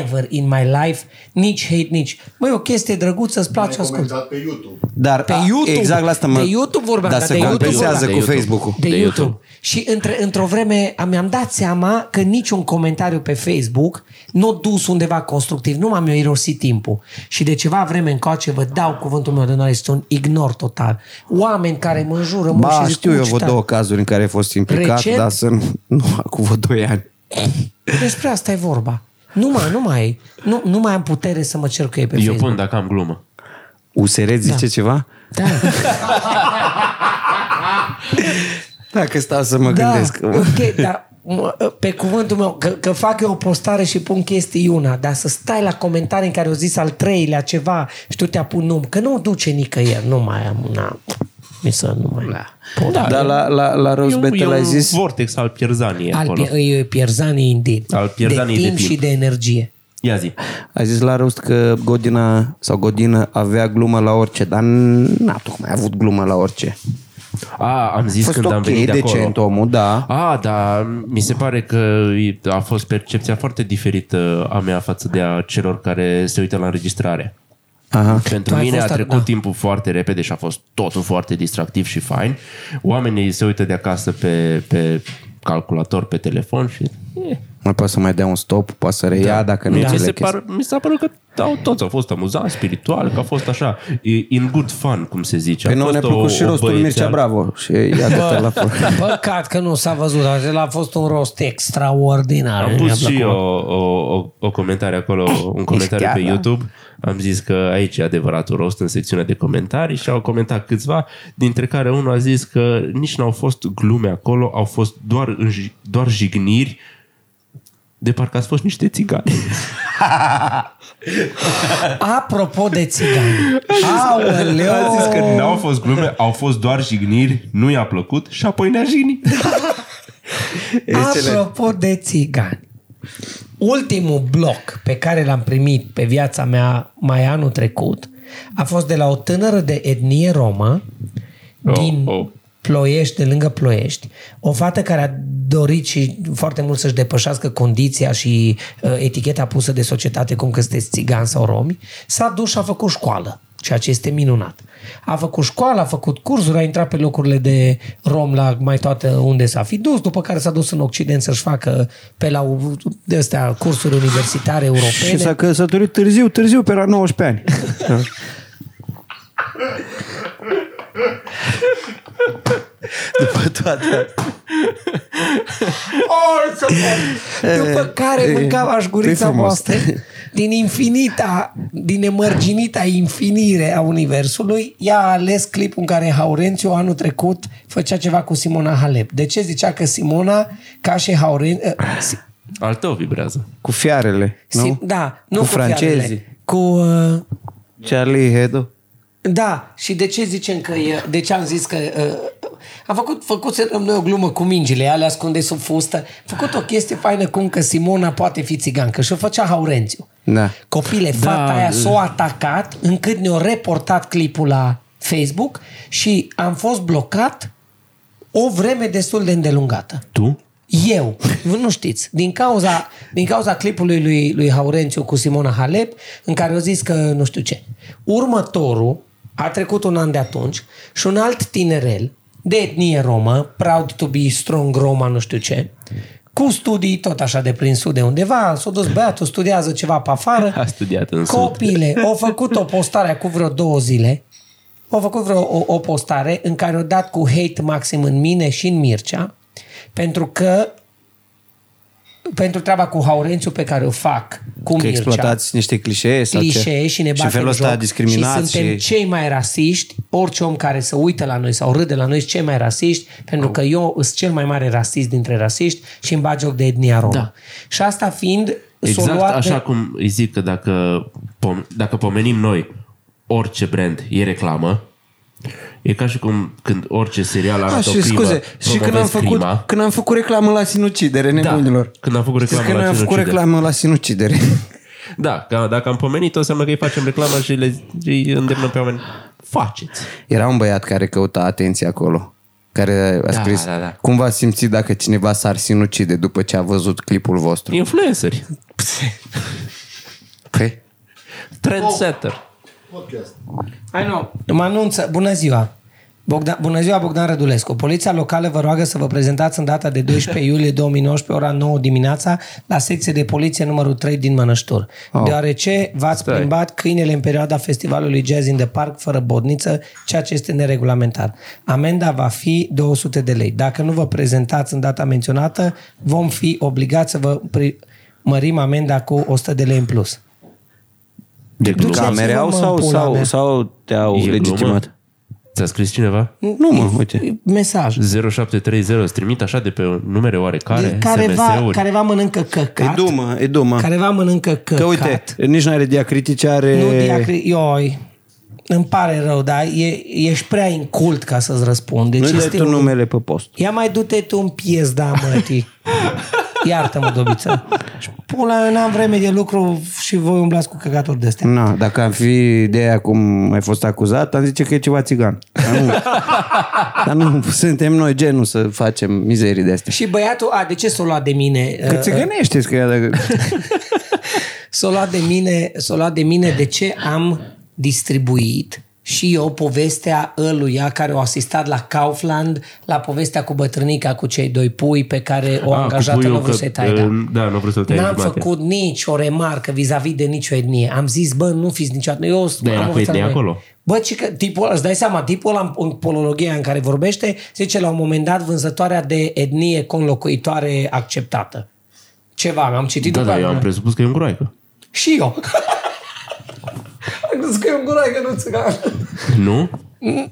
Speaker 2: Ever in my life. Nici hate, nici... Măi, o chestie drăguță, îți place, ascult.
Speaker 4: comentat pe YouTube.
Speaker 3: Dar
Speaker 2: Pe YouTube.
Speaker 3: exact la asta mă...
Speaker 2: De YouTube vorbeam,
Speaker 3: Dar
Speaker 2: dar
Speaker 3: se
Speaker 2: de YouTube
Speaker 3: compensează
Speaker 1: vorbeam.
Speaker 3: cu
Speaker 1: De YouTube.
Speaker 3: Facebook-ul.
Speaker 2: De,
Speaker 1: De
Speaker 2: de YouTube.
Speaker 1: YouTube.
Speaker 2: YouTube. Și între, într-o vreme am- mi-am dat seama că niciun comentariu pe Facebook nu a dus undeva constructiv. Nu m-am eu irosit timpul. Și de ceva vreme încoace vă dau cuvântul meu de noi, este un ignor total. Oameni care mă înjură, mă,
Speaker 3: Ba,
Speaker 2: și zic,
Speaker 3: știu eu
Speaker 2: "Uci,
Speaker 3: vă
Speaker 2: da."
Speaker 3: două cazuri în care ai fost implicat,
Speaker 2: Recent?
Speaker 3: dar să nu, nu [LAUGHS] acum vă doi ani.
Speaker 2: Despre asta e vorba. Nu mai, nu mai, nu, nu mai am putere să mă cer cu ei pe
Speaker 1: Eu
Speaker 2: Facebook.
Speaker 1: pun dacă am glumă.
Speaker 3: USR zice
Speaker 2: Da.
Speaker 3: ceva?
Speaker 2: Da,
Speaker 3: Dacă stau să mă
Speaker 2: da,
Speaker 3: gândesc.
Speaker 2: ok, dar mă, pe cuvântul meu, că, că fac eu o postare și pun chestii una, dar să stai la comentarii în care au zis al treilea ceva și tu te apun nu, că nu duce nicăieri, nu mai am, na, mi să nu mai pot.
Speaker 1: Da,
Speaker 3: Dar
Speaker 1: e-
Speaker 3: la, la, la
Speaker 1: e un-
Speaker 3: Rosbete
Speaker 1: e
Speaker 3: l-ai
Speaker 1: un
Speaker 3: zis...
Speaker 1: vortex al pierzaniei
Speaker 2: Al,
Speaker 1: acolo.
Speaker 2: e pierzanii indin.
Speaker 1: Al pierzanii
Speaker 2: de
Speaker 1: de
Speaker 2: timp și
Speaker 1: timp.
Speaker 2: de energie.
Speaker 1: Ia zi.
Speaker 3: Ai zis la rost că Godina sau Godină avea glumă la orice, dar n-a tocmai avut glumă la orice.
Speaker 1: A, am
Speaker 3: A
Speaker 1: zis
Speaker 3: fost
Speaker 1: când am
Speaker 3: ok,
Speaker 1: venit de
Speaker 3: decent
Speaker 1: acolo.
Speaker 3: omul, da.
Speaker 1: A, da, mi se pare că a fost percepția foarte diferită a mea față de a celor care se uită la înregistrare.
Speaker 3: Aha.
Speaker 1: Pentru
Speaker 2: Tu ai
Speaker 1: mine a
Speaker 2: fost
Speaker 1: trecut
Speaker 2: atât, da.
Speaker 1: timpul foarte repede și a fost totul foarte distractiv și fain. Oamenii se uită de acasă pe, pe calculator, pe telefon și...
Speaker 3: Mai poate să mai dea un stop, poate să reia da. dacă nu
Speaker 1: Mie
Speaker 3: da.
Speaker 1: mi, se
Speaker 3: înțeleg
Speaker 1: par, mi s-a părut că au, toți au fost amuzanți, spiritual, că a fost așa, e- in good fun, cum se zice.
Speaker 3: Pe
Speaker 1: A
Speaker 3: noi Păi ne-a
Speaker 1: fost o-
Speaker 3: plăcut și
Speaker 1: o
Speaker 3: rostul lui Mircea
Speaker 1: băiețeală-
Speaker 3: Bravo. Și iată
Speaker 2: [LAUGHS]
Speaker 3: la fel.
Speaker 2: Păcat că nu s-a văzut, dar el a fost un rost extraordinar.
Speaker 1: Am
Speaker 2: Mi-a
Speaker 1: pus
Speaker 2: plăcut.
Speaker 1: și o, o, o, o comentariu acolo, un comentariu
Speaker 3: chiar,
Speaker 1: pe
Speaker 3: da.
Speaker 1: YouTube. Am zis că aici e adevăratul rost în secțiunea de comentarii și au comentat câțiva, dintre care unul a zis că nici n-au fost glume acolo, au fost doar, înj- doar jigniri de parcă ați fost niște țigani.
Speaker 2: Apropo de
Speaker 1: [LAUGHS]
Speaker 2: țigani.
Speaker 1: [LAUGHS]
Speaker 2: Aoleo!
Speaker 1: A zis că n-au fost glume, au fost doar jigniri, nu i-a plăcut și apoi ne-a jignit.
Speaker 2: Apropo de țigani, ultimul bloc pe care l-am primit pe viața mea mai anul trecut a fost de la o tânără de etnie romă din
Speaker 1: Oh, oh.
Speaker 2: Ploiești, de lângă Ploiești, o fată care a dorit și foarte mult să-și depășească condiția și uh, eticheta pusă de societate cum că sunteți țigani sau romi, s-a dus și a făcut școală. ceea ce este minunat. A făcut școală, a făcut cursuri, a intrat pe locurile de rom la mai toate unde s-a fi dus, după care s-a dus în Occident să-și facă pe la u- de astea cursuri universitare
Speaker 3: Și s-a
Speaker 2: europene.
Speaker 3: căsătorit târziu, târziu, pe la 19 ani.
Speaker 2: [LAUGHS]
Speaker 3: Da. După toate.
Speaker 2: După care
Speaker 3: E,
Speaker 2: mânca
Speaker 3: e
Speaker 2: așgurița
Speaker 3: Eh, frumos.
Speaker 2: voastră din infinita, din nemărginita infinire a Universului, ea a ales clipul în care Haurențiu anul trecut făcea ceva cu Simona Halep. De ce zicea că Simona, ca și eh, Haurențiu...
Speaker 1: Al tău vibrează.
Speaker 3: Cu fiarele, nu?
Speaker 2: Sim, da, nu
Speaker 3: Cu
Speaker 2: cu, francezi.
Speaker 3: francezii.
Speaker 2: Cu uh,
Speaker 3: Charlie Hebdo.
Speaker 2: da, și de ce zicem că e, de ce am zis că uh, am făcut, făcut noi o glumă cu mingile alea ascunde sub fustă. Am făcut o chestie faină cum că Simona poate fi țigancă și o făcea Haurențiu.
Speaker 3: Da.
Speaker 2: Copile, da, fata aia s-o atacat încât ne-a reportat clipul la Facebook și am fost blocat o vreme destul de îndelungată.
Speaker 1: Tu?
Speaker 2: Eu, vă nu știți, din cauza, din cauza clipului lui, lui Haurențiu cu Simona Halep, în care au zis că nu știu ce. Următorul, a trecut un an de atunci, și un alt tinerel, de etnie romă, proud to be strong Roma, nu știu ce, cu studii tot așa de prin sud de undeva, s-a dus băiatul, studiază ceva pe afară.
Speaker 1: [LAUGHS] A studiat în sud.
Speaker 2: Copile, au făcut o postare cu vreo două zile, au făcut vreo o, o postare în care au dat cu hate maxim în mine și în Mircea, pentru că pentru treaba cu Haurențiu pe care o fac cu
Speaker 3: Că
Speaker 2: Mircea,
Speaker 3: exploatați niște clișee sau
Speaker 2: clișee
Speaker 3: ce?
Speaker 2: și ne
Speaker 3: și
Speaker 2: batem
Speaker 3: în felul
Speaker 2: joc
Speaker 3: ăsta
Speaker 2: și
Speaker 3: discriminați.
Speaker 2: suntem cei mai rasiști, orice om care se uită la noi sau râde la noi sunt cei mai rasiști, pentru că eu sunt cel mai mare rasist dintre rasiști și îmi bag joc de etnia romă.
Speaker 1: Da.
Speaker 2: Și asta fiind s-o
Speaker 1: Exact
Speaker 2: luat de-
Speaker 1: așa cum îi zic că dacă, pom- dacă pomenim noi orice brand e reclamă, e ca și cum când orice serial
Speaker 2: Ah,
Speaker 3: A,
Speaker 1: arată o
Speaker 3: Ah, și
Speaker 1: crimă,
Speaker 3: scuze, și când am,
Speaker 1: promovezi
Speaker 3: făcut,
Speaker 1: crima.
Speaker 3: când am făcut reclamă la sinucidere, nebunilor.
Speaker 1: Da, când am făcut
Speaker 3: Știți
Speaker 1: reclamă la
Speaker 3: că noi am făcut
Speaker 1: sinucidere.
Speaker 3: reclamă la sinucidere.
Speaker 1: Da, că dacă am pomenit, o înseamnă că îi facem reclamă și le, îi îndemnăm pe oameni. Faceți!
Speaker 3: Era un băiat care căuta atenție acolo. Care
Speaker 1: Da,
Speaker 3: a scris,
Speaker 1: da, da.
Speaker 3: cum v-ați simțit dacă cineva s-ar sinucide după ce a văzut clipul vostru?
Speaker 1: Influenceri,
Speaker 3: Păi,
Speaker 1: trendsetter.
Speaker 2: Hai nu, mă anunță. Bună ziua! Bogdan, bună ziua, Bogdan Rădulescu. Poliția locală vă roagă să vă prezentați în data de 12 iulie 2019, ora 9 dimineața, la secție de poliție numărul 3 din Mănăștur. Oh. Deoarece v-ați
Speaker 1: Stai.
Speaker 2: plimbat câinele în perioada festivalului Jazz in the Park fără bodniță, ceea ce este neregulamentar. Amenda va fi 200 de lei. Dacă nu vă prezentați în data menționată, vom fi obligați să vă pri- mărim amenda cu 100 de lei în plus.
Speaker 1: De
Speaker 2: Duceți-vă,
Speaker 1: glumă.
Speaker 3: camere au
Speaker 2: mă,
Speaker 3: sau,
Speaker 2: în pula
Speaker 3: sau,
Speaker 2: mea.
Speaker 3: sau te-au
Speaker 1: E glumă?
Speaker 3: Oh, legitimat?
Speaker 1: Ți-a scris cineva?
Speaker 3: Nu mă, uite.
Speaker 2: Mesaj.
Speaker 1: 0730 îți trimit așa de pe numere oarecare,
Speaker 2: Deci careva,
Speaker 1: SMS-uri.
Speaker 2: careva mănâncă căcat.
Speaker 3: E Păi dumă, e dumă.
Speaker 2: Careva mănâncă căcat.
Speaker 3: Că uite, nici nu are diacritice, are...
Speaker 2: Nu diacri... Ioi. Îmi pare rău, dar e, ești prea incult ca să-ți răspund. Deci
Speaker 3: Nu-i dai
Speaker 2: este
Speaker 3: tu
Speaker 2: un-
Speaker 3: numele pe post.
Speaker 2: Ia mai du-te tu în pies, da, mătii.
Speaker 3: [LAUGHS]
Speaker 2: Iartă-mă, dobiță. Și Pula, eu n-am vreme de lucru și voi umblați cu căcaturi de astea.
Speaker 3: Na, dacă am fi de aia cum ai fost acuzat, am zice că e ceva țigan. Dar nu, dar nu suntem noi genul să facem mizerii de astea.
Speaker 2: Și băiatul, a, de ce s-o luat de mine?
Speaker 3: Că
Speaker 2: Uh,
Speaker 3: țigănește că ea dacă...
Speaker 2: S-o luat de mine, s-o luat de mine de ce am distribuit și eu povestea ăluia care o asistat la Kaufland, la povestea cu bătrânica cu cei doi pui pe care o
Speaker 1: Ah, cu
Speaker 2: angajată
Speaker 1: puiul
Speaker 2: nu vrut
Speaker 1: că-
Speaker 2: să-i tai. Da.
Speaker 1: Da, nu vreau să-l tai
Speaker 2: N-am
Speaker 1: jumate.
Speaker 2: făcut nici o remarcă vis-a-vis de nicio etnie. Am zis, bă, nu fiți niciodată. Eu
Speaker 1: Dar era
Speaker 2: am
Speaker 1: cu
Speaker 2: învățat
Speaker 1: etnie
Speaker 2: la noi.
Speaker 1: acolo.
Speaker 2: Bă, ci că tipul ăla, îți dai seama, tipul ăla în polologia în care vorbește, zice la un moment dat vânzătoarea de etnie conlocuitoare acceptată. Ceva, am citit
Speaker 1: Da,
Speaker 2: după
Speaker 1: da,
Speaker 2: aia.
Speaker 1: eu am presupus că e un groaică.
Speaker 2: Și eu. Am crezut că e un gurai, că nu țigan.
Speaker 1: Nu?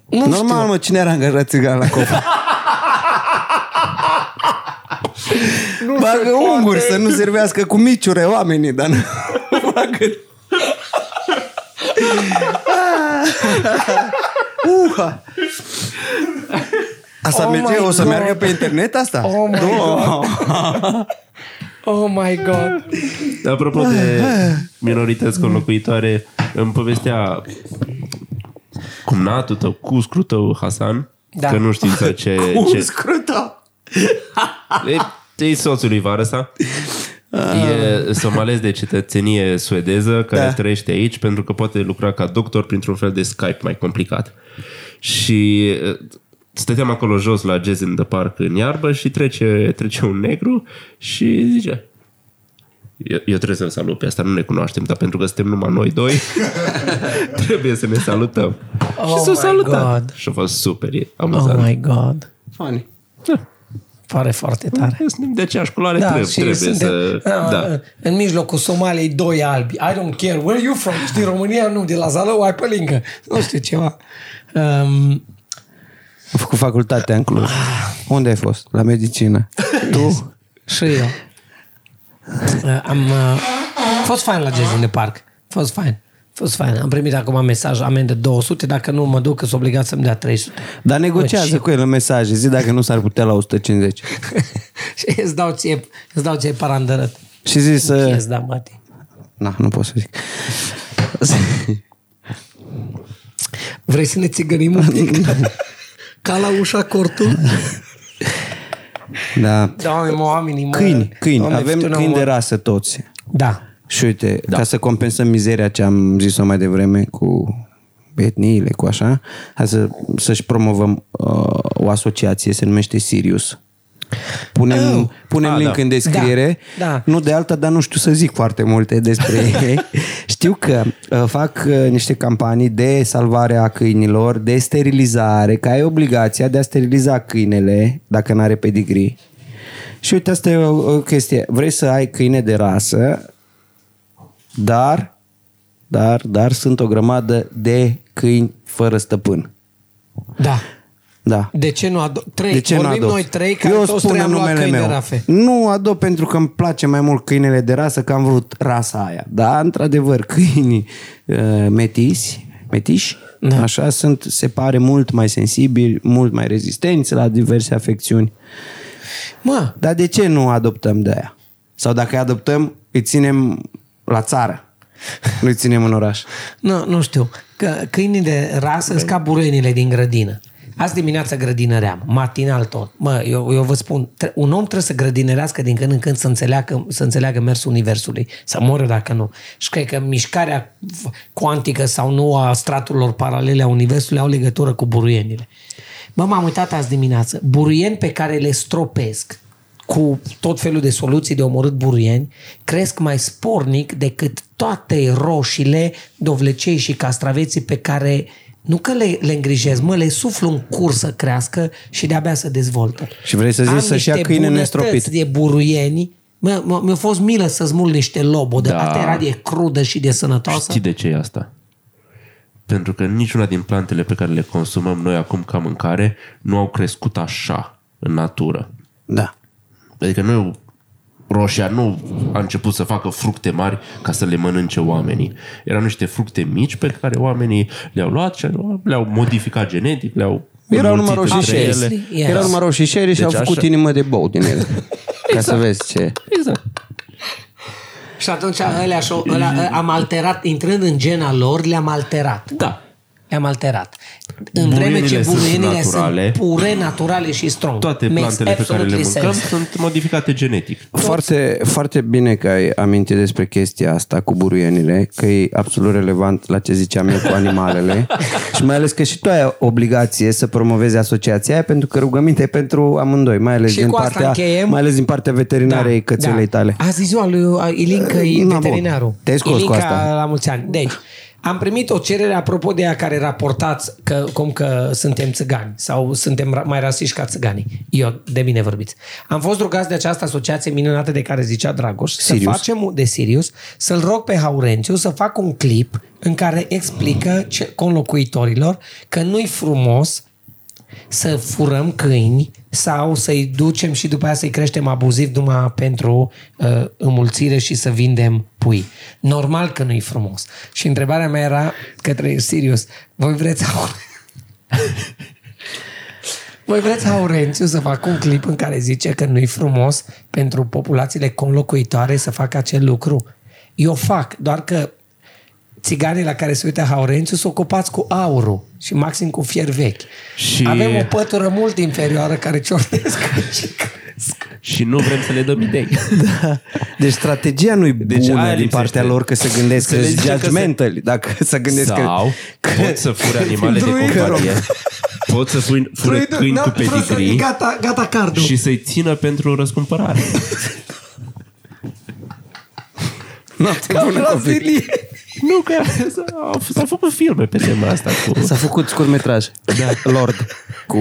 Speaker 2: Nu
Speaker 3: Normal, mă, cine era angajat țigan la copil? Bagă unguri să nu servească cu miciure oamenii, dar nu... [LAUGHS] Bagă... Ah. Uha!
Speaker 2: Oh
Speaker 3: Asta oh merge,
Speaker 2: my
Speaker 3: o să
Speaker 2: God.
Speaker 3: meargă pe internet asta?
Speaker 2: Oh my
Speaker 3: Doamne.
Speaker 2: Oh my god.
Speaker 1: Apropo de minorități conlocuitoare, îmi povestea cumnatul tău, cuscru tău, Hasan,
Speaker 2: Da.
Speaker 1: că nu știi să ce...
Speaker 3: Cum
Speaker 1: ce...
Speaker 3: scrută?
Speaker 1: E, e soțul lui Varăsa E somalez de cetățenie suedeză care
Speaker 3: Da.
Speaker 1: da. trăiește aici pentru că poate lucra ca doctor printr-un fel de Skype mai complicat. Și uh, stăteam acolo jos la Jazz in the Park în iarbă și trece, trece un negru și zice eu, eu trebuie să-l salut pe asta, nu ne cunoaștem, dar pentru că suntem numai noi
Speaker 2: [LAUGHS]
Speaker 1: doi, trebuie să ne salutăm.
Speaker 2: Oh
Speaker 1: și s-o
Speaker 2: my
Speaker 1: salutat.
Speaker 2: God.
Speaker 1: Și a fost super, e
Speaker 2: Oh
Speaker 1: amuzant.
Speaker 2: my god.
Speaker 3: Funny.
Speaker 2: Pare foarte tare.
Speaker 1: Suntem de aceeași culoare,
Speaker 2: Da,
Speaker 1: trebuie, trebuie să...
Speaker 2: uh,
Speaker 1: da.
Speaker 2: În mijlocul Somaliei, doi albi. I don't care. Where you from? Ești din România? Nu, de la Zalău, ai pe lângă. Nu știu ceva. Um,
Speaker 3: Am făcut facultatea în Cluj. Unde ai fost? La medicină. tu?
Speaker 2: și eu. Uh, am uh, fost fain la Jazz in the Park. Fost fain. Fost fain. Am primit acum mesaj amendă 200, dacă nu mă duc, sunt obligat să-mi dea 300.
Speaker 3: Dar negociază cu el în mesaje. Zi dacă nu s-ar putea la 150.
Speaker 2: [LAUGHS] și îți dau ție, îți dau ție parandărăt.
Speaker 3: Și eh, zi să...
Speaker 2: Yes, da, Mati.
Speaker 3: Na, nu pot să [LAUGHS] zic.
Speaker 2: Vrei să ne țigănim un pic?
Speaker 3: [LAUGHS]
Speaker 2: Ca la ușa cortul?
Speaker 3: Da.
Speaker 2: Doamne, mă, oamenii, mă.
Speaker 3: Câini, câini.
Speaker 2: Doamne,
Speaker 3: Avem
Speaker 2: fii tu,
Speaker 3: câini
Speaker 2: mă.
Speaker 3: de rasă toți.
Speaker 2: Da.
Speaker 3: Și uite, da. ca să compensăm mizeria ce am zis-o mai devreme cu etniile, cu așa, hai să, să-și promovăm uh, o asociație, se numește Sirius. Punem, oh, punem
Speaker 1: Ah,
Speaker 3: link
Speaker 1: da.
Speaker 3: în descriere.
Speaker 2: Da, da.
Speaker 3: Nu de alta, dar nu știu să zic foarte
Speaker 2: [LAUGHS]
Speaker 3: multe despre ei. Știu că uh, fac uh, niște campanii de salvare a câinilor, de sterilizare, că ai obligația de a steriliza câinele dacă nu are pedigree. Și uite, asta e o, o chestie. Vrei să ai câine de rasă, dar, dar, dar sunt o grămadă de câini fără stăpân.
Speaker 2: Da.
Speaker 3: Da.
Speaker 2: De ce nu ado- trei?
Speaker 3: De ce
Speaker 2: Vorbim
Speaker 3: nu adopt?
Speaker 2: noi trei, care
Speaker 3: Eu
Speaker 2: toți
Speaker 3: spun
Speaker 2: trei
Speaker 3: în
Speaker 2: am luat
Speaker 3: numele
Speaker 2: câini
Speaker 3: meu.
Speaker 2: de rafe.
Speaker 3: Nu adopt pentru că îmi place mai mult câinele de rasă, că am vrut rasa aia. Da, într-adevăr, câinii uh, metisi, metiși, da. așa, sunt, se pare mult mai sensibili, mult mai rezistenți la diverse afecțiuni.
Speaker 2: Mă,
Speaker 3: Dar de ce nu adoptăm de aia? Sau dacă îi adoptăm, îi ținem la țară. Nu îi ținem în oraș.
Speaker 2: nu, nu știu. Că câinii de rasă sunt ca burenile din grădină. Azi dimineața grădinăream, matinal tot. Mă, eu, eu vă spun, tre- un om trebuie să grădinărească din când în când să înțeleagă, să înțeleagă mersul universului. Să moară dacă nu. Și cred că mișcarea f- cuantică sau nu a straturilor paralele a universului au legătură cu buruienile. Bă, m-am uitat azi dimineață. Buruieni pe care le stropesc cu tot felul de soluții de omorât buruieni, cresc mai spornic decât toate roșiile, dovlecei și castraveții pe care nu că le, le îngrijez, mă, le suflu în curs să crească și de-abia să dezvoltă.
Speaker 3: Și vrei să zici
Speaker 2: Am
Speaker 3: să-și
Speaker 2: niște
Speaker 3: ia câine
Speaker 2: bunătăți
Speaker 3: nestropit.
Speaker 2: de buruieni, Mă, mă, mi-a fost milă să smul niște lobo, da. de
Speaker 1: Da.
Speaker 2: asta era de crudă și de sănătoasă.
Speaker 1: Știi de ce e asta? Pentru că niciuna din plantele pe care le consumăm noi acum ca mâncare nu au crescut așa în natură.
Speaker 3: Da.
Speaker 1: Adică nu roșia nu a început să facă fructe mari ca să le mănânce oamenii. Erau niște fructe mici pe care oamenii le-au luat și le-au modificat genetic, le-au
Speaker 3: Erau numai
Speaker 1: înmulțit
Speaker 3: roșii
Speaker 1: între
Speaker 3: și
Speaker 1: ele.
Speaker 2: Yes.
Speaker 3: Erau numai roșii și și au
Speaker 1: Deci
Speaker 3: făcut
Speaker 1: așa-
Speaker 3: inimă de bou din
Speaker 2: [LAUGHS]
Speaker 3: ele. Ca să vezi ce...
Speaker 1: Exact.
Speaker 2: Și atunci ălea, și-o- ălea, am alterat, intrând în gena lor, le-am alterat.
Speaker 1: Da.
Speaker 2: Le-am alterat. În
Speaker 1: Buruienile
Speaker 2: vreme ce
Speaker 1: sunt
Speaker 2: buruienile sunt,
Speaker 1: naturale.
Speaker 2: pure, naturale și strong.
Speaker 1: Toate
Speaker 2: Makes
Speaker 1: plantele pe care le
Speaker 2: absolutely
Speaker 1: mâncăm
Speaker 2: sense.
Speaker 1: sunt modificate genetic.
Speaker 3: Foarte, foarte bine că ai amintit despre chestia asta cu buruienile, că e absolut relevant la ce ziceam eu cu
Speaker 2: [LAUGHS]
Speaker 3: animalele și mai ales că și tu ai obligație să promovezi asociația aia pentru că rugăminte e pentru amândoi, mai ales,
Speaker 2: Și
Speaker 3: din
Speaker 2: cu asta
Speaker 3: partea,
Speaker 2: încheiem.
Speaker 3: mai ales din partea veterinarei da, cățelei da. tale. Uh,
Speaker 2: Azi e ziua lui Ilinca, e
Speaker 3: Na, bun.
Speaker 2: veterinarul.
Speaker 3: Te-ai scos cu
Speaker 2: Ilinca,
Speaker 3: asta.
Speaker 2: la mulți ani. Deci, am primit o cerere apropo de ea care raportați că, cum că suntem țigani sau suntem ra- mai rasiști ca țiganii. Eu, de mine vorbiți. Am fost rugați de această asociație minunată de care zicea Dragoș să
Speaker 3: Sirius.
Speaker 2: facem un- de Sirius, să-l rog pe Haurențiu să fac un clip în care explică ce, conlocuitorilor că nu-i frumos să furăm câini sau să-i ducem și după aia să-i creștem abuziv numai pentru uh, înmulțire și să vindem pui. Normal că nu-i frumos. Și întrebarea mea era către Sirius, voi vreți Aure- voi vreți Aurențiu să facă un clip în care zice că nu-i frumos pentru populațiile conlocuitoare să facă acel lucru? Eu fac, doar că țiganii la care se uită Haurențiu sunt ocupați cu aurul și maxim cu fier vechi.
Speaker 1: Și-
Speaker 2: Avem o pătură mult inferioară care ciornesc și cresc.
Speaker 1: și nu vrem să le dăm idei.
Speaker 3: Deci strategia nu e bună
Speaker 1: Deci
Speaker 3: deci, din
Speaker 1: aia lipsește.
Speaker 3: partea lor că se gândesc
Speaker 1: Să
Speaker 3: că
Speaker 1: le
Speaker 3: sunt
Speaker 1: zicem că se-
Speaker 3: judgmental, dacă [LAUGHS] se gândesc
Speaker 1: Sau
Speaker 3: că...
Speaker 1: că, pot să furi animale de
Speaker 3: Druid, că
Speaker 1: companie,
Speaker 3: rog.
Speaker 1: pot să furi, fură
Speaker 2: Druidul,
Speaker 1: câini
Speaker 2: da,
Speaker 1: cu
Speaker 2: frate,
Speaker 1: pedigree
Speaker 2: Gata, gata
Speaker 3: [LAUGHS]
Speaker 2: cardul.
Speaker 1: și să-i țină pentru răscumpărare.
Speaker 3: Noapte bună, copii.
Speaker 1: nu, că s-au- s-au făcut filme pe tema asta cu...
Speaker 3: S-a făcut scurtmetraj. Da. Lord. Cu...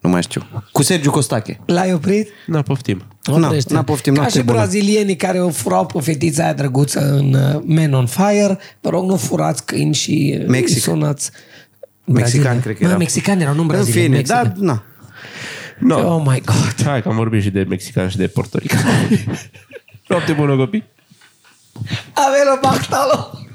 Speaker 3: Nu mai știu. Cu Sergiu Costache.
Speaker 2: L-ai oprit?
Speaker 1: Na, poftim.
Speaker 3: Na,
Speaker 2: Oprește.
Speaker 3: na poftim,
Speaker 2: Ca
Speaker 3: noapte
Speaker 2: și
Speaker 3: bună.
Speaker 2: brazilienii care o furau pe fetița aia drăguță în uh, Men on Fire, vă rog, nu furați câini și uh,
Speaker 3: Mexic.
Speaker 2: îi sunați.
Speaker 3: Mexican,
Speaker 2: Brazilia.
Speaker 3: cred că
Speaker 2: Bă,
Speaker 3: era.
Speaker 2: Mexicani erau, nu
Speaker 3: În
Speaker 2: brazilieni.
Speaker 3: fine, da,
Speaker 2: mexicani.
Speaker 3: na.
Speaker 1: No.
Speaker 2: Oh my God.
Speaker 1: Hai că am vorbit și de mexican și de portorican. Noapte bună, copii!
Speaker 2: Avem o bactală.